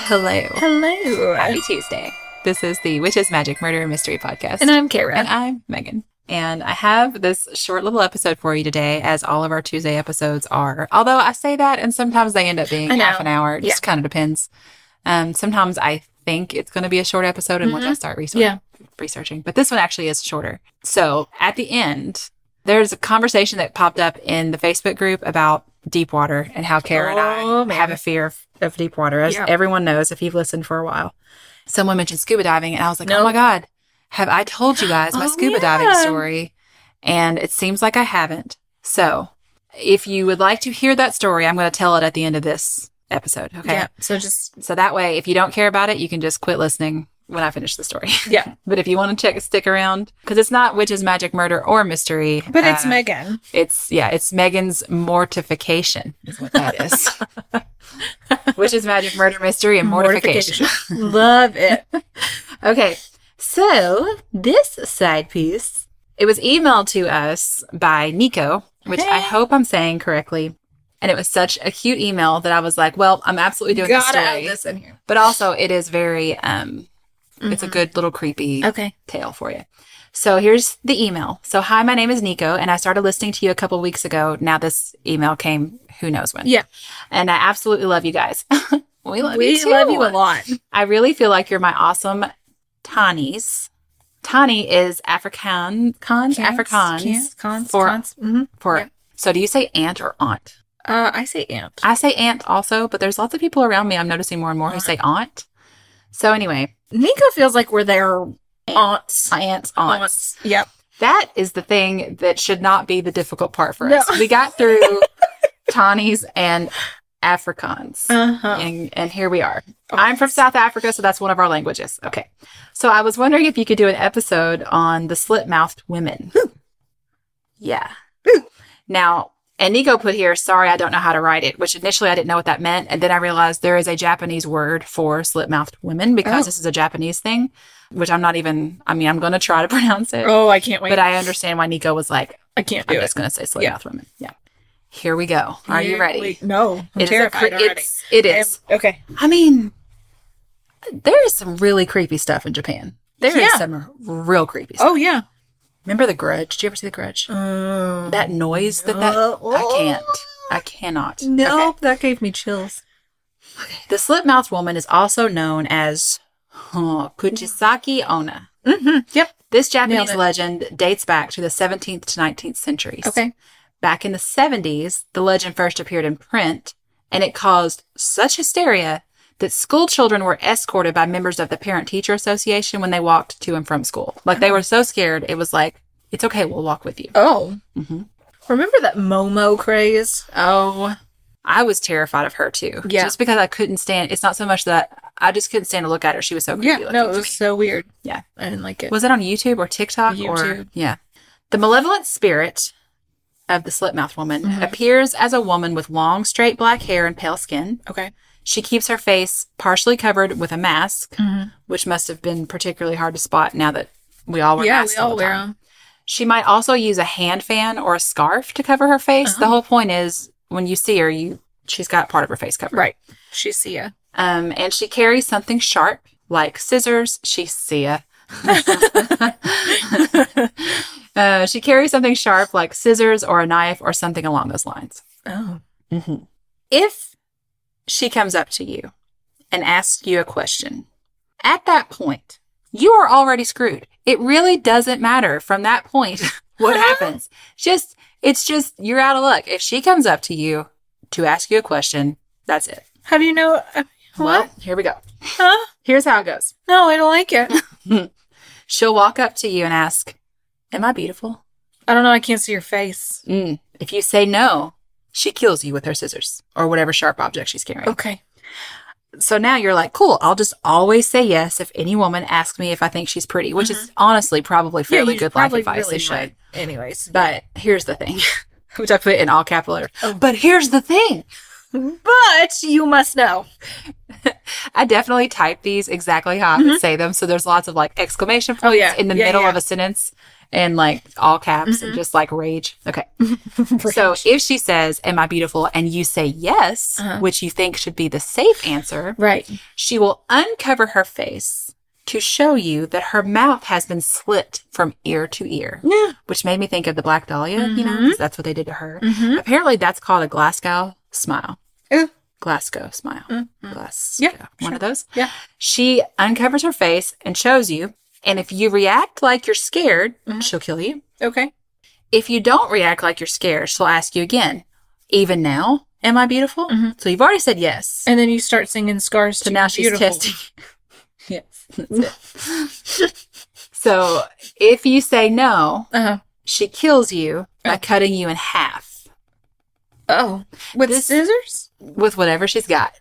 Hello. Hello. Happy Tuesday. This is the Witches, Magic, Murder, and Mystery podcast. And I'm Kara. And I'm Megan. And I have this short little episode for you today, as all of our Tuesday episodes are. Although I say that, and sometimes they end up being I know. half an hour. It Yeah. just kind of depends. Um, sometimes I think it's going to be a short episode, and once I start research, Mm-hmm. Yeah. researching, but this one actually is shorter. So at the end, there's a conversation that popped up in the Facebook group about deep water and how Kara and I Oh, man. have a fear of, of deep water, as Yeah. everyone knows if you've listened for a while. Someone mentioned scuba diving, and I was like, oh Nope. my God, have I told you guys my Oh, scuba yeah. diving story? And it seems like I haven't. So if you would like to hear that story, I'm going to tell it at the end of this episode. Okay. Yeah. So just So that way, if you don't care about it, you can just quit listening when I finish the story. yeah. But if you want to check, stick around because it's not witches, magic, murder, or mystery. But it's Uh, Megan. It's yeah, it's Megan's mortification is what that is. witches, magic, murder, mystery, and mortification. Love it. Okay, so this side piece it was emailed to us by Nico, which I Hey. hope I'm saying correctly. And it was such a cute email that I was like, "Well, I'm absolutely doing this Gotta story." have this in here. But also, it is very, um, it's a good little creepy Mm-hmm. Okay. tale for you. So here's the email. So hi, my name is Nico, and I started listening to you a couple weeks ago. Now this email came, who knows when. Yeah. and I absolutely love you guys. we love we you too. love you a lot. I really feel like you're my awesome Tani's. Tani is Afrikaan, cons, Afrikaans Cans, cons, for cons. Mhm. for. Yeah. So do you say aunt or aunt? Uh, I say amp. I say aunt also, but there's lots of people around me I'm noticing more and more who say Uh-huh. aunt. So anyway, Nico feels like we're their aunts. aunts, aunts. Yep. That is the thing that should not be the difficult part for No. us. We got through Tawny's and Afrikaans. Uh-huh. And, and here we are. Oh. I'm from South Africa, so that's one of our languages. Okay. So I was wondering if you could do an episode on the slit mouthed women. Yeah. Now, and Nico put here, sorry, I don't know how to write it, which initially I didn't know what that meant. And then I realized there is a Japanese word for slit mouthed women because Oh. this is a Japanese thing, which I'm not even, I mean, I'm going to try to pronounce it. Oh, I can't wait. But I understand why Nico was like, I can't I'm do it. just going to say slit Yeah. mouth women. Yeah. Here we go. Are you Here ready? we- No. I'm It is a terrified cre- already. it's- it I am- is. okay. I mean, there is some really creepy stuff in Japan. There is Yeah. some real creepy stuff. Oh, yeah. Remember The Grudge? Did you ever see The Grudge? Um, That noise that that. I can't. I cannot. No, Okay. that gave me chills. The slit mouthed woman is also known as huh, Kuchisaki Ona. Mm-hmm. Yep. This Nailed Japanese it. legend dates back to the 17th to 19th centuries. Back in the 70s, the legend first appeared in print, and it caused such hysteria that school children were escorted by members of the Parent Teacher Association when they walked to and from school. Like they were so scared, it was like, it's okay, we'll walk with you. Oh. Mhm. Remember that Momo craze? Oh, I was terrified of her too. Yeah. Just because I couldn't stand it's not so much that I just couldn't stand to look at her. She was so creepy Yeah, looking no, to it me. was so weird. Yeah. I didn't like it. Was it on YouTube or TikTok or YouTube. yeah? The malevolent spirit of the slit mouth woman Mm-hmm. appears as a woman with long, straight black hair and pale skin. okay. She keeps her face partially covered with a mask, Mm-hmm. which must have been particularly hard to spot now that we all wear Yeah, masks. we all the wear time. them. She might also use a hand fan or a scarf to cover her face. Uh-huh. The whole point is when you see her, you she's got part of her face covered. Right. She's Sia. Um, and she carries something sharp like scissors. She see ya. uh, she carries something sharp like scissors or a knife or something along those lines. Oh. If she comes up to you and asks you a question, at that point, you are already screwed. It really doesn't matter from that point what happens. Just, it's just, you're out of luck. If she comes up to you to ask you a question, that's it. How do you know? uh, Well, What? here we go. Huh? Here's how it goes. No, I don't like it. She'll walk up to you and ask, Am I beautiful? I don't know. I can't see your face. Mm. If you say no, she kills you with her scissors or whatever sharp object she's carrying. Okay. so now you're like, cool, I'll just always say yes if any woman asks me if I think she's pretty, which is honestly probably fairly Mm-hmm. you good probably life advice really anyway. should. Anyways. But here's the thing, which I put in all capital letters. Oh. But here's the thing. Mm-hmm. But you must know. I definitely type these exactly how I would say them. So there's lots of like exclamation points Mm-hmm. Oh, yeah. in the Yeah, Mm-hmm. middle yeah. of a sentence. and like all caps and just like rage. Okay. So if she says, Am I beautiful? and you say yes, Uh-huh. which you think should be the safe answer, right. she will uncover her face to show you that her mouth has been slit from ear to ear, Yeah. Mm-hmm. which made me think of the Black Dahlia, you know, 'cause that's what they did to her. Mhm. Apparently, that's called a Glasgow smile. Ooh. Glasgow smile. Glasgow. Mm-hmm. Yeah, One of those. Yeah. She uncovers her face and shows you. And if you react like you're scared, Mm-hmm. she'll kill you. Okay. If you don't react like you're scared, she'll ask you again. Even now, am I beautiful? Mm-hmm. So you've already said yes. And then you start singing scars So to now Be she's Beautiful. testing. yes. that's it. so if you say no, Uh-huh. she kills you by cutting you in half Oh, with This- scissors? with whatever she's got.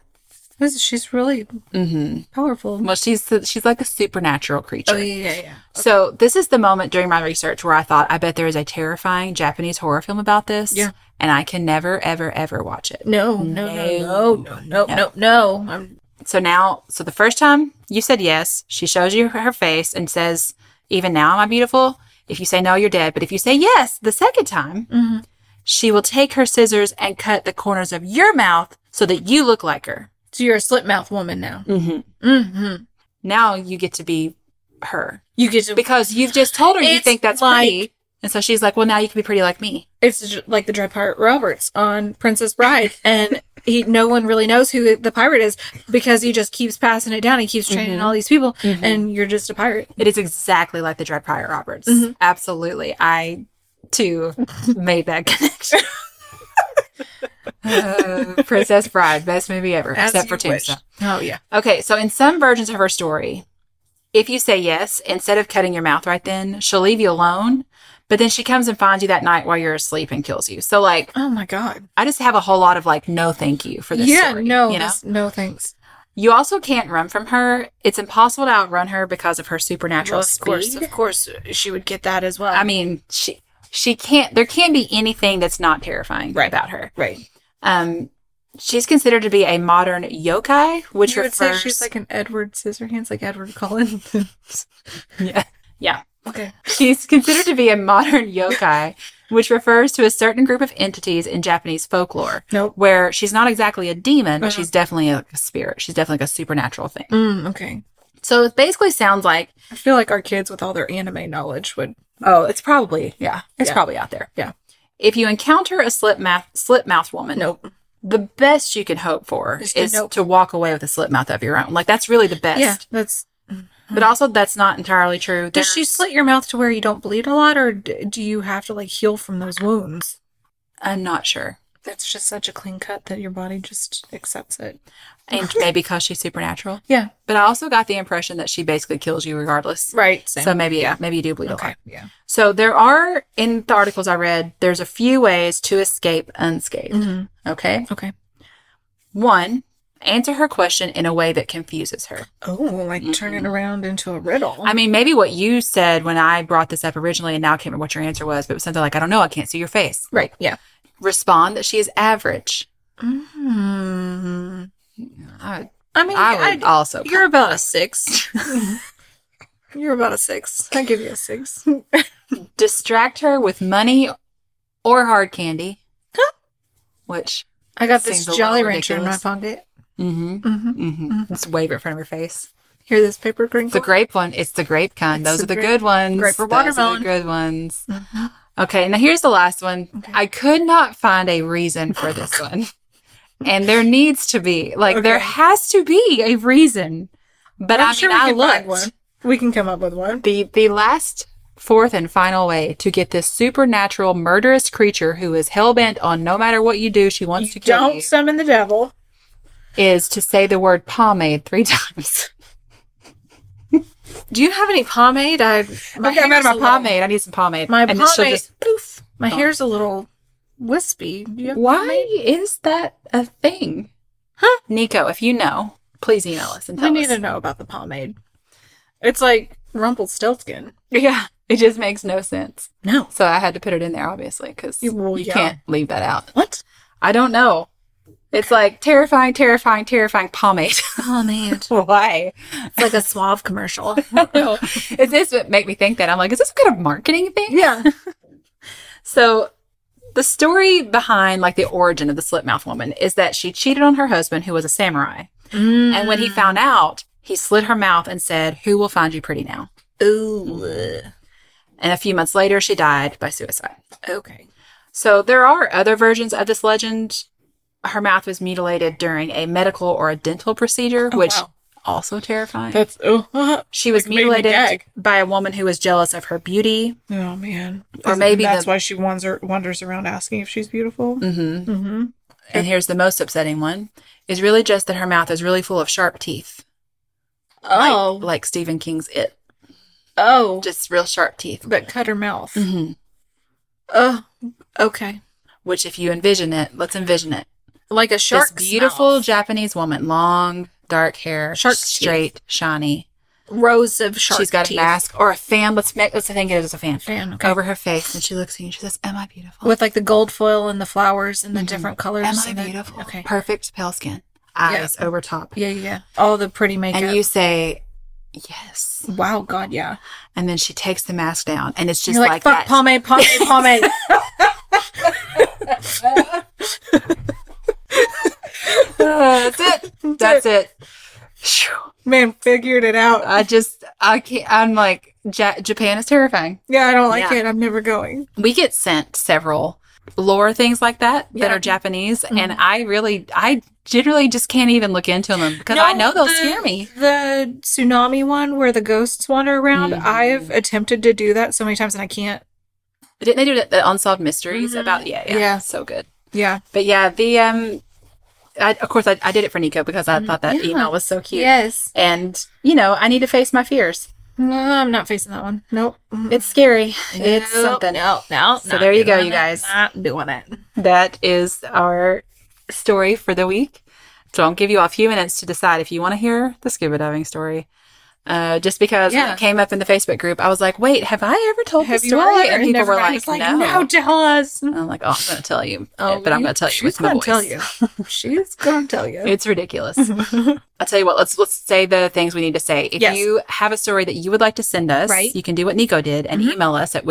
This, she's really Mm-hmm. powerful. Well, she's she's like a supernatural creature. Oh yeah, yeah, yeah. So this is the moment during my research where I thought, I bet there is a terrifying Japanese horror film about this. Yeah. And I can never, ever, ever watch it. No, no, no, no, no, no, no, no. I'm So now, so the first time you said yes, she shows you her face and says, even now, am I beautiful? If you say no, you're dead. But if you say yes the second time, Mm-hmm. she will take her scissors and cut the corners of your mouth so that you look like her. So you're a slit mouth woman now. Now you get to be her Mm-hmm. You get to. because you've just told her you It's think that's like- pretty. And so she's like, well, now you can be pretty like me. It's ju- like the Dread Pirate Roberts on Princess Bride, and he no one really knows who the pirate is because he just keeps passing it down. He keeps training all these people, and you're just a pirate. It is exactly like the Dread Pirate Roberts. Absolutely. I too made that connection. Uh, Princess Bride, best movie ever, except for Tombstone. Oh yeah. Okay, so in some versions of her story, if you say yes, instead of cutting your mouth right then, she'll leave you alone. But then she comes and finds you that night while you're asleep and kills you. So like, Oh my god. I just have a whole lot of like, no, thank you for this. yeah. story, no. you know? this- no thanks. You also can't run from her. It's impossible to outrun her because of her supernatural of course, speed. of course, uh, she would get that as well. I mean, she she can't. There can't be anything that's not terrifying Right. about her. right. Um, she's considered to be a modern yokai, which you would refers. say she's like an Edward Scissorhands, like Edward Cullen. yeah, yeah. okay. She's considered to be a modern yokai, which refers to a certain group of entities in Japanese folklore. Nope. Where she's not exactly a demon, but Uh-huh. she's definitely a, a spirit. She's definitely like a supernatural thing. Mm, okay. So it basically sounds like I feel like our kids with all their anime knowledge would. Oh, it's probably yeah. It's Yeah. probably out there. Yeah. If you encounter a slip mouth slip mouth woman, Nope. the best you can hope for Is to is nope. to walk away with a slip mouth of your own. Like that's really the best. Yeah, that's. But also that's not entirely true. Does she There's- slit your mouth to where you don't bleed a lot, or d- do you have to like heal from those wounds? I'm not sure. That's just such a clean cut that your body just accepts it. And maybe because she's supernatural. Yeah. But I also got the impression that she basically kills you regardless. Right. So maybe maybe you do bleed a lot. okay. Yeah. So there are in the articles I read, there's a few ways to escape unscathed. Mm-hmm. Okay. Okay. One, answer her question in a way that confuses her. Oh, like turn it around into a riddle. I mean, maybe what you said when I brought this up originally, and now I can't remember what your answer was, but it was something like, I don't know, I can't see your face. right. Yeah. Respond that she is average. Mm. I, I mean, I would I- also. you're about a six. you're about a six. I give you a six. distract her with money or hard candy, which, I got Seems this a little Jolly Rancher in my ridiculous. pocket. mm hmm, Mm-hmm. mm hmm. Just wave it in front of her face. Hear this paper crinkle? The grape one, it's the grape kind. It's Those the are the grape- good ones. grape or Those are the watermelon. Mm-hmm. good ones. Okay, now here's the last one. I could not find a reason for this one. And there needs to be, like, there Okay. has to be a reason. But i I'm mean, sure we I can looked. find one. We can come up with one. The the last fourth and final way to get this supernatural murderous creature who is hell bent on no matter what you do, she wants to kill Don't you summon the devil. is to say the word pomade three times. Do you have any pomade? I my Oh. Okay, I'm out hair's of my a little- pomade. I need some pomade. My and then she'll pomade- just poof. My hair's a little wispy. Do you have Why is that a thing? Huh? Nico, if you know, please email us and We tell need us. to know about the pomade. It's like Rumpelstiltskin. yeah, it just makes no sense. No. So I had to put it in there, obviously, because You- well, you yeah. can't leave that out. What? I don't know. It's like terrifying, terrifying, terrifying pomade. Oh man, it's Why? like a Suave commercial. No. Is this what make me think that? I'm like, is this some kind of marketing thing? yeah. So the story behind like the origin of the slip mouth woman is that she cheated on her husband who was a samurai. Mm. And when he found out, he slid her mouth and said, Who will find you pretty now? Ooh. And a few months later she died by suicide. Okay. So there are other versions of this legend. Her mouth was mutilated during a medical or a dental procedure, Oh, which wow. also terrifying. That's oh, uh-huh. oh She was Like, made me mutilated gag. by a woman who was jealous of her beauty. Oh, man. Or Isn't- maybe that's the- why she wanders wanders around asking if she's beautiful. Mm-hmm. Mm-hmm. And here's the most upsetting one is really just that her mouth is really full of sharp teeth. Like- Oh. Like, Stephen King's It. oh. Just real sharp teeth. but cut her mouth. Mm-hmm. Oh. Okay. Which, if you envision it, let's envision it. Like a This shark. beautiful Japanese woman, long, dark hair, Shark's teeth. straight, shiny. rows of shark. She's got teeth. a mask or a fan. Let's make, let's think it is a fan. Fan, okay. Over her face, and she looks at you and she says, Am I beautiful? with like the gold foil and the flowers and the Mhm. different colors. Am I and the- beautiful? Okay. Perfect pale skin, eyes over top. Yeah, yeah, yeah. All the pretty makeup. And you say, Yes. wow, God, yeah. And then she takes the mask down, and it's just You're like, like, fuck, that. pomade, pomade, pomade. That's it. That's it. Phew. Man, figured it out. I just, I can't, I'm like, ja- Japan is terrifying. Yeah, I don't like Yeah. it. I'm never going. We get sent several lore things like that that Yeah. are Japanese, and I really, I generally just can't even look into them because I know they'll the- scare me. The tsunami one where the ghosts wander around. Mm-hmm. I've attempted to do that so many times and I can't. But didn't they do that, the unsolved mysteries Mhm. about? Yeah, yeah, Yeah. so good. Yeah. But yeah, the um, I, of course I, I did it for Nico because I thought that yeah. email was so cute. Yes. And you know, I need to face my fears. No, I'm not facing that one. Nope. It's scary. Nope, It's something. No, no. So not there you go, doing you it, guys. Not doing it. That is our story for the week. So I'll give you all a few minutes to decide if you want to hear the scuba diving story. Uh, just because when Yeah. it came up in the Facebook group, I was like, "Wait, have I ever told Have this you story?" all ever- and people were everybody's like, "No." no, tell us. And I'm like, "Oh, I'm going to tell you, Oh, but I'm you- going to tell you She's with my gonna voice." tell you. She's gonna tell you. It's ridiculous. I'll tell you what, let's let's say the things we need to say. If Yes. you have a story that you would like to send us, Right. Mm-hmm. you can do what Nico did and email us at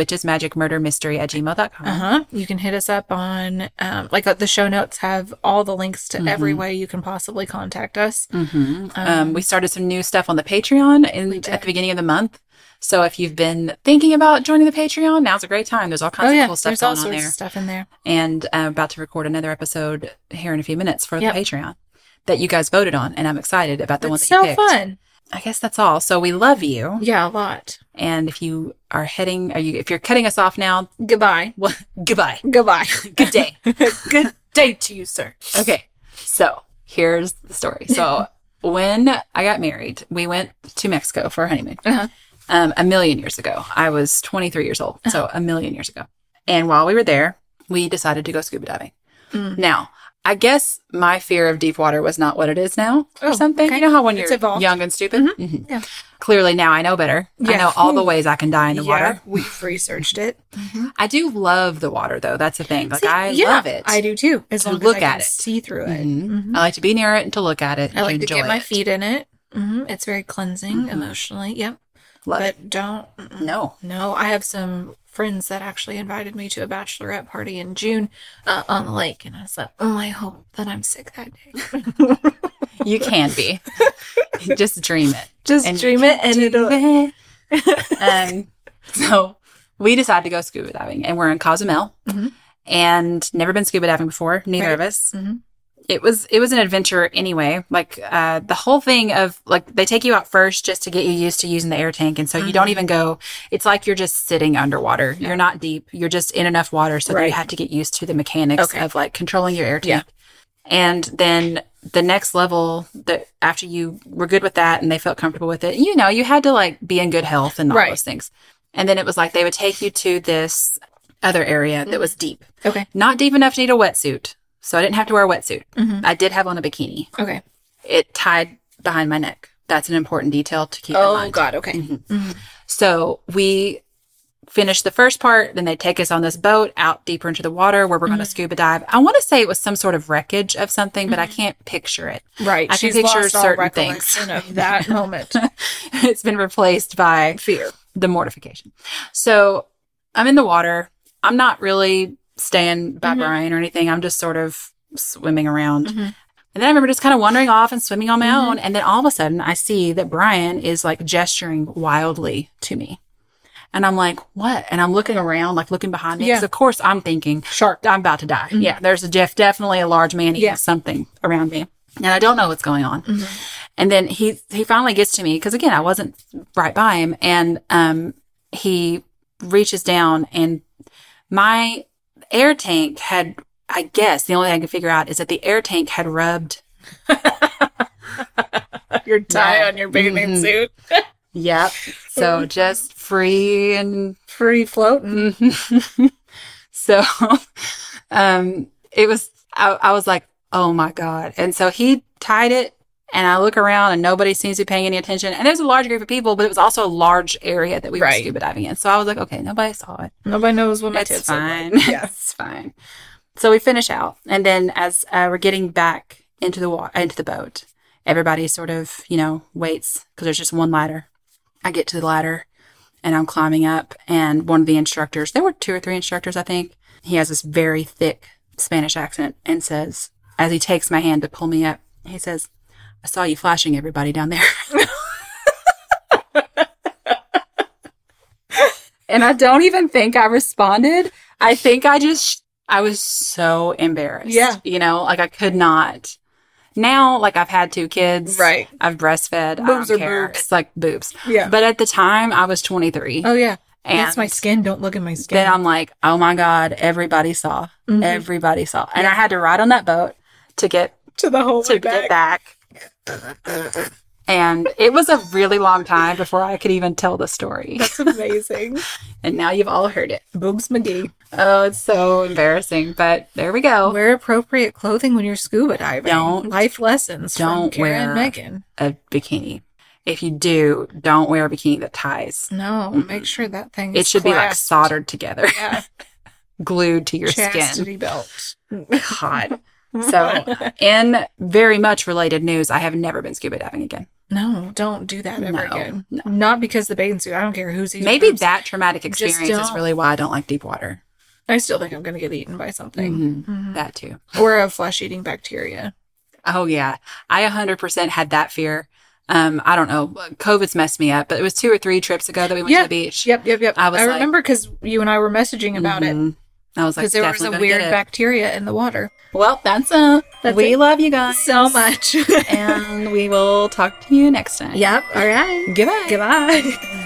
witchesmagicmurdermystery at gmail.com. Uh huh. You can hit us up on, um, like uh, the show notes have all the links to Mm-hmm. every way you can possibly contact us. Mm-hmm. hmm Um, we started some new stuff on the Patreon in, at the beginning of the month. So if you've been thinking about joining the Patreon, now's a great time. There's all kinds Oh of yeah, cool stuff there's all going on sorts there. of stuff in there. And uh, I'm about to record another episode here in a few minutes for Yep. the Patreon that you guys voted on. And I'm excited about the ones that It's so you picked. fun. I guess that's all. So we love you. Yeah, a lot. And if you are heading, are you, if you're cutting us off now, Goodbye. well, goodbye. Goodbye. Good day. Good day to you, sir. Okay. So here's the story. So when I got married, we went to Mexico for a honeymoon. Uh-huh. Um, a million years ago. I was 23 years old. Uh-huh. So a million years ago. And while we were there, we decided to go scuba diving. Mm. Now, I guess my fear of deep water was not what it is now or Oh, something. okay. You know how when It's you're evolved. Mm-hmm. young and stupid? Mhm. Yeah. Clearly now I know better. I Yeah. Hmm. know all the ways I can die in the Yeah, water. we've researched it. I do love the water though. That's the thing. Like See, I yeah, love it. I do too. As To long look as I can at it. see through it. Mhm. Mhm. I like to be near it and to look at it. I like to enjoy get my it. feet in it. hmm It's very cleansing emotionally. Yep. Love but it. don't. mm-mm. No. No, I have some friends that actually invited me to a bachelorette party in June uh, on the lake, and I was like, "Oh, I hope that I'm sick that day." You can be. Just dream it. Just And dream it, and it'll. um, so we decided to go scuba diving and we're in Cozumel Mhm. and never been scuba diving before, neither Right. of us. Mhm. It was it was an adventure anyway. Like uh, the whole thing of like they take you out first just to get you used to using the air tank, and so you Mm-hmm. don't even go. It's like you're just sitting underwater. You're not deep. You're just in enough water, so that you Right. have to get used to the mechanics Okay. of like controlling your air Yeah. tank. And then the next level that after you were good with that and they felt comfortable with it, you know, you had to like be in good health and all Right. those things. And then it was like they would take you to this other area that was deep. Okay. Not deep enough to need a wetsuit. So I didn't have to wear a wetsuit. Mhm. I did have on a bikini. Okay. It tied behind my Oh, neck. That's an important detail to keep in mind. God. Okay. So we finish the first part. Then they take us on this boat out deeper into the water where we're going to scuba dive. I want to say it was some sort of wreckage of something, but I can't picture it. Right. I can She's picture lost all certain recollection Of that moment. it's been replaced by Fear. the mortification. So I'm in the water. I'm not really staying by Mhm. Brian or anything. I'm just sort of swimming around. Mhm. And then I remember just kind of wandering off and swimming on my Mm-hmm. own. And then all of a sudden I see that Brian is like gesturing wildly to me. And I'm like, what? And I'm looking around, like looking behind me. Because Yeah. of course I'm thinking, Shark. I'm about to die. Yeah, there's a Jeff, definitely a large man eating Yeah. something around me, and I don't know what's going on. And then he he finally gets to me because again I wasn't right by him, and um he reaches down and my air tank had I guess the only thing I can figure out is that the air tank had rubbed. Your tie Yeah. on your bathing Mhm. suit. Yep. So just free and Free floating. Mhm. so um it was I, I was like oh my god and so he tied it and i look around and nobody seems to be paying any attention and there's a large group of people but it was also a large area that we were Right. scuba diving in so i was like okay nobody saw it Nobody knows what my Mm-hmm. it's tits fine look like. Yeah. it's fine so we finish out and then as uh, we're getting back into the wa- into the boat everybody sort of you know waits because there's just one ladder i get to the ladder and i'm climbing up and one of the instructors there were two or three instructors i think he has this very thick spanish accent and says as he takes my hand to pull me up he says i saw you flashing everybody down there and I don't even think I responded. I think I just I was so embarrassed. Yeah. you know, like I could not. Now, like I've had two kids, Right. I've breastfed. Boobs I are don't care. boobs. It's like boobs. Yeah. But at the time, I was 23, Oh yeah. and That's my skin. Don't look at my skin. then I'm like, oh my god, everybody saw, Mm-hmm. Mhm. everybody saw, and I had to ride on that boat to get to the whole to way get back. back. And it was a really long time before I could even tell the story. That's amazing. And now you've all heard it. Boobs McGee. Oh, it's so embarrassing. But there we go. Wear appropriate clothing when you're scuba diving. Don't- life lessons. don't from Karen wear- Megan. A bikini. If you do, don't wear a bikini that ties. No, make sure that thing. It should be like soldered together, yeah, glued to your chastity belt. skin. God. So, in very much related news, I have never been scuba diving again. No, don't do that ever No, again. no. Not because the bathing suit. I don't care who's eating. Maybe boobs. that traumatic Just experience is don't. really why I don't like deep water. I still think I'm gonna get eaten by Mhm. something Mhm. That too. or a flesh-eating bacteria. Oh, yeah. I 100% had that fear. Um, I don't know. COVID's messed me up, but it was two or three trips ago that we went Yeah. to the beach. Yep, yep, yep. I I, was like- remember because you and I were messaging about it Mhm. I was like, because there was definitely a gonna get weird it. bacteria in the water. Well, that's it. That's we it. love you guys So much. and we will talk to you next time. yep. All right. Goodbye. Goodbye.